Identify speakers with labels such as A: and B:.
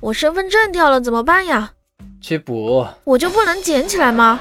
A: 我身份证掉了怎么办呀？
B: 去补。
A: 我就不能捡起来吗？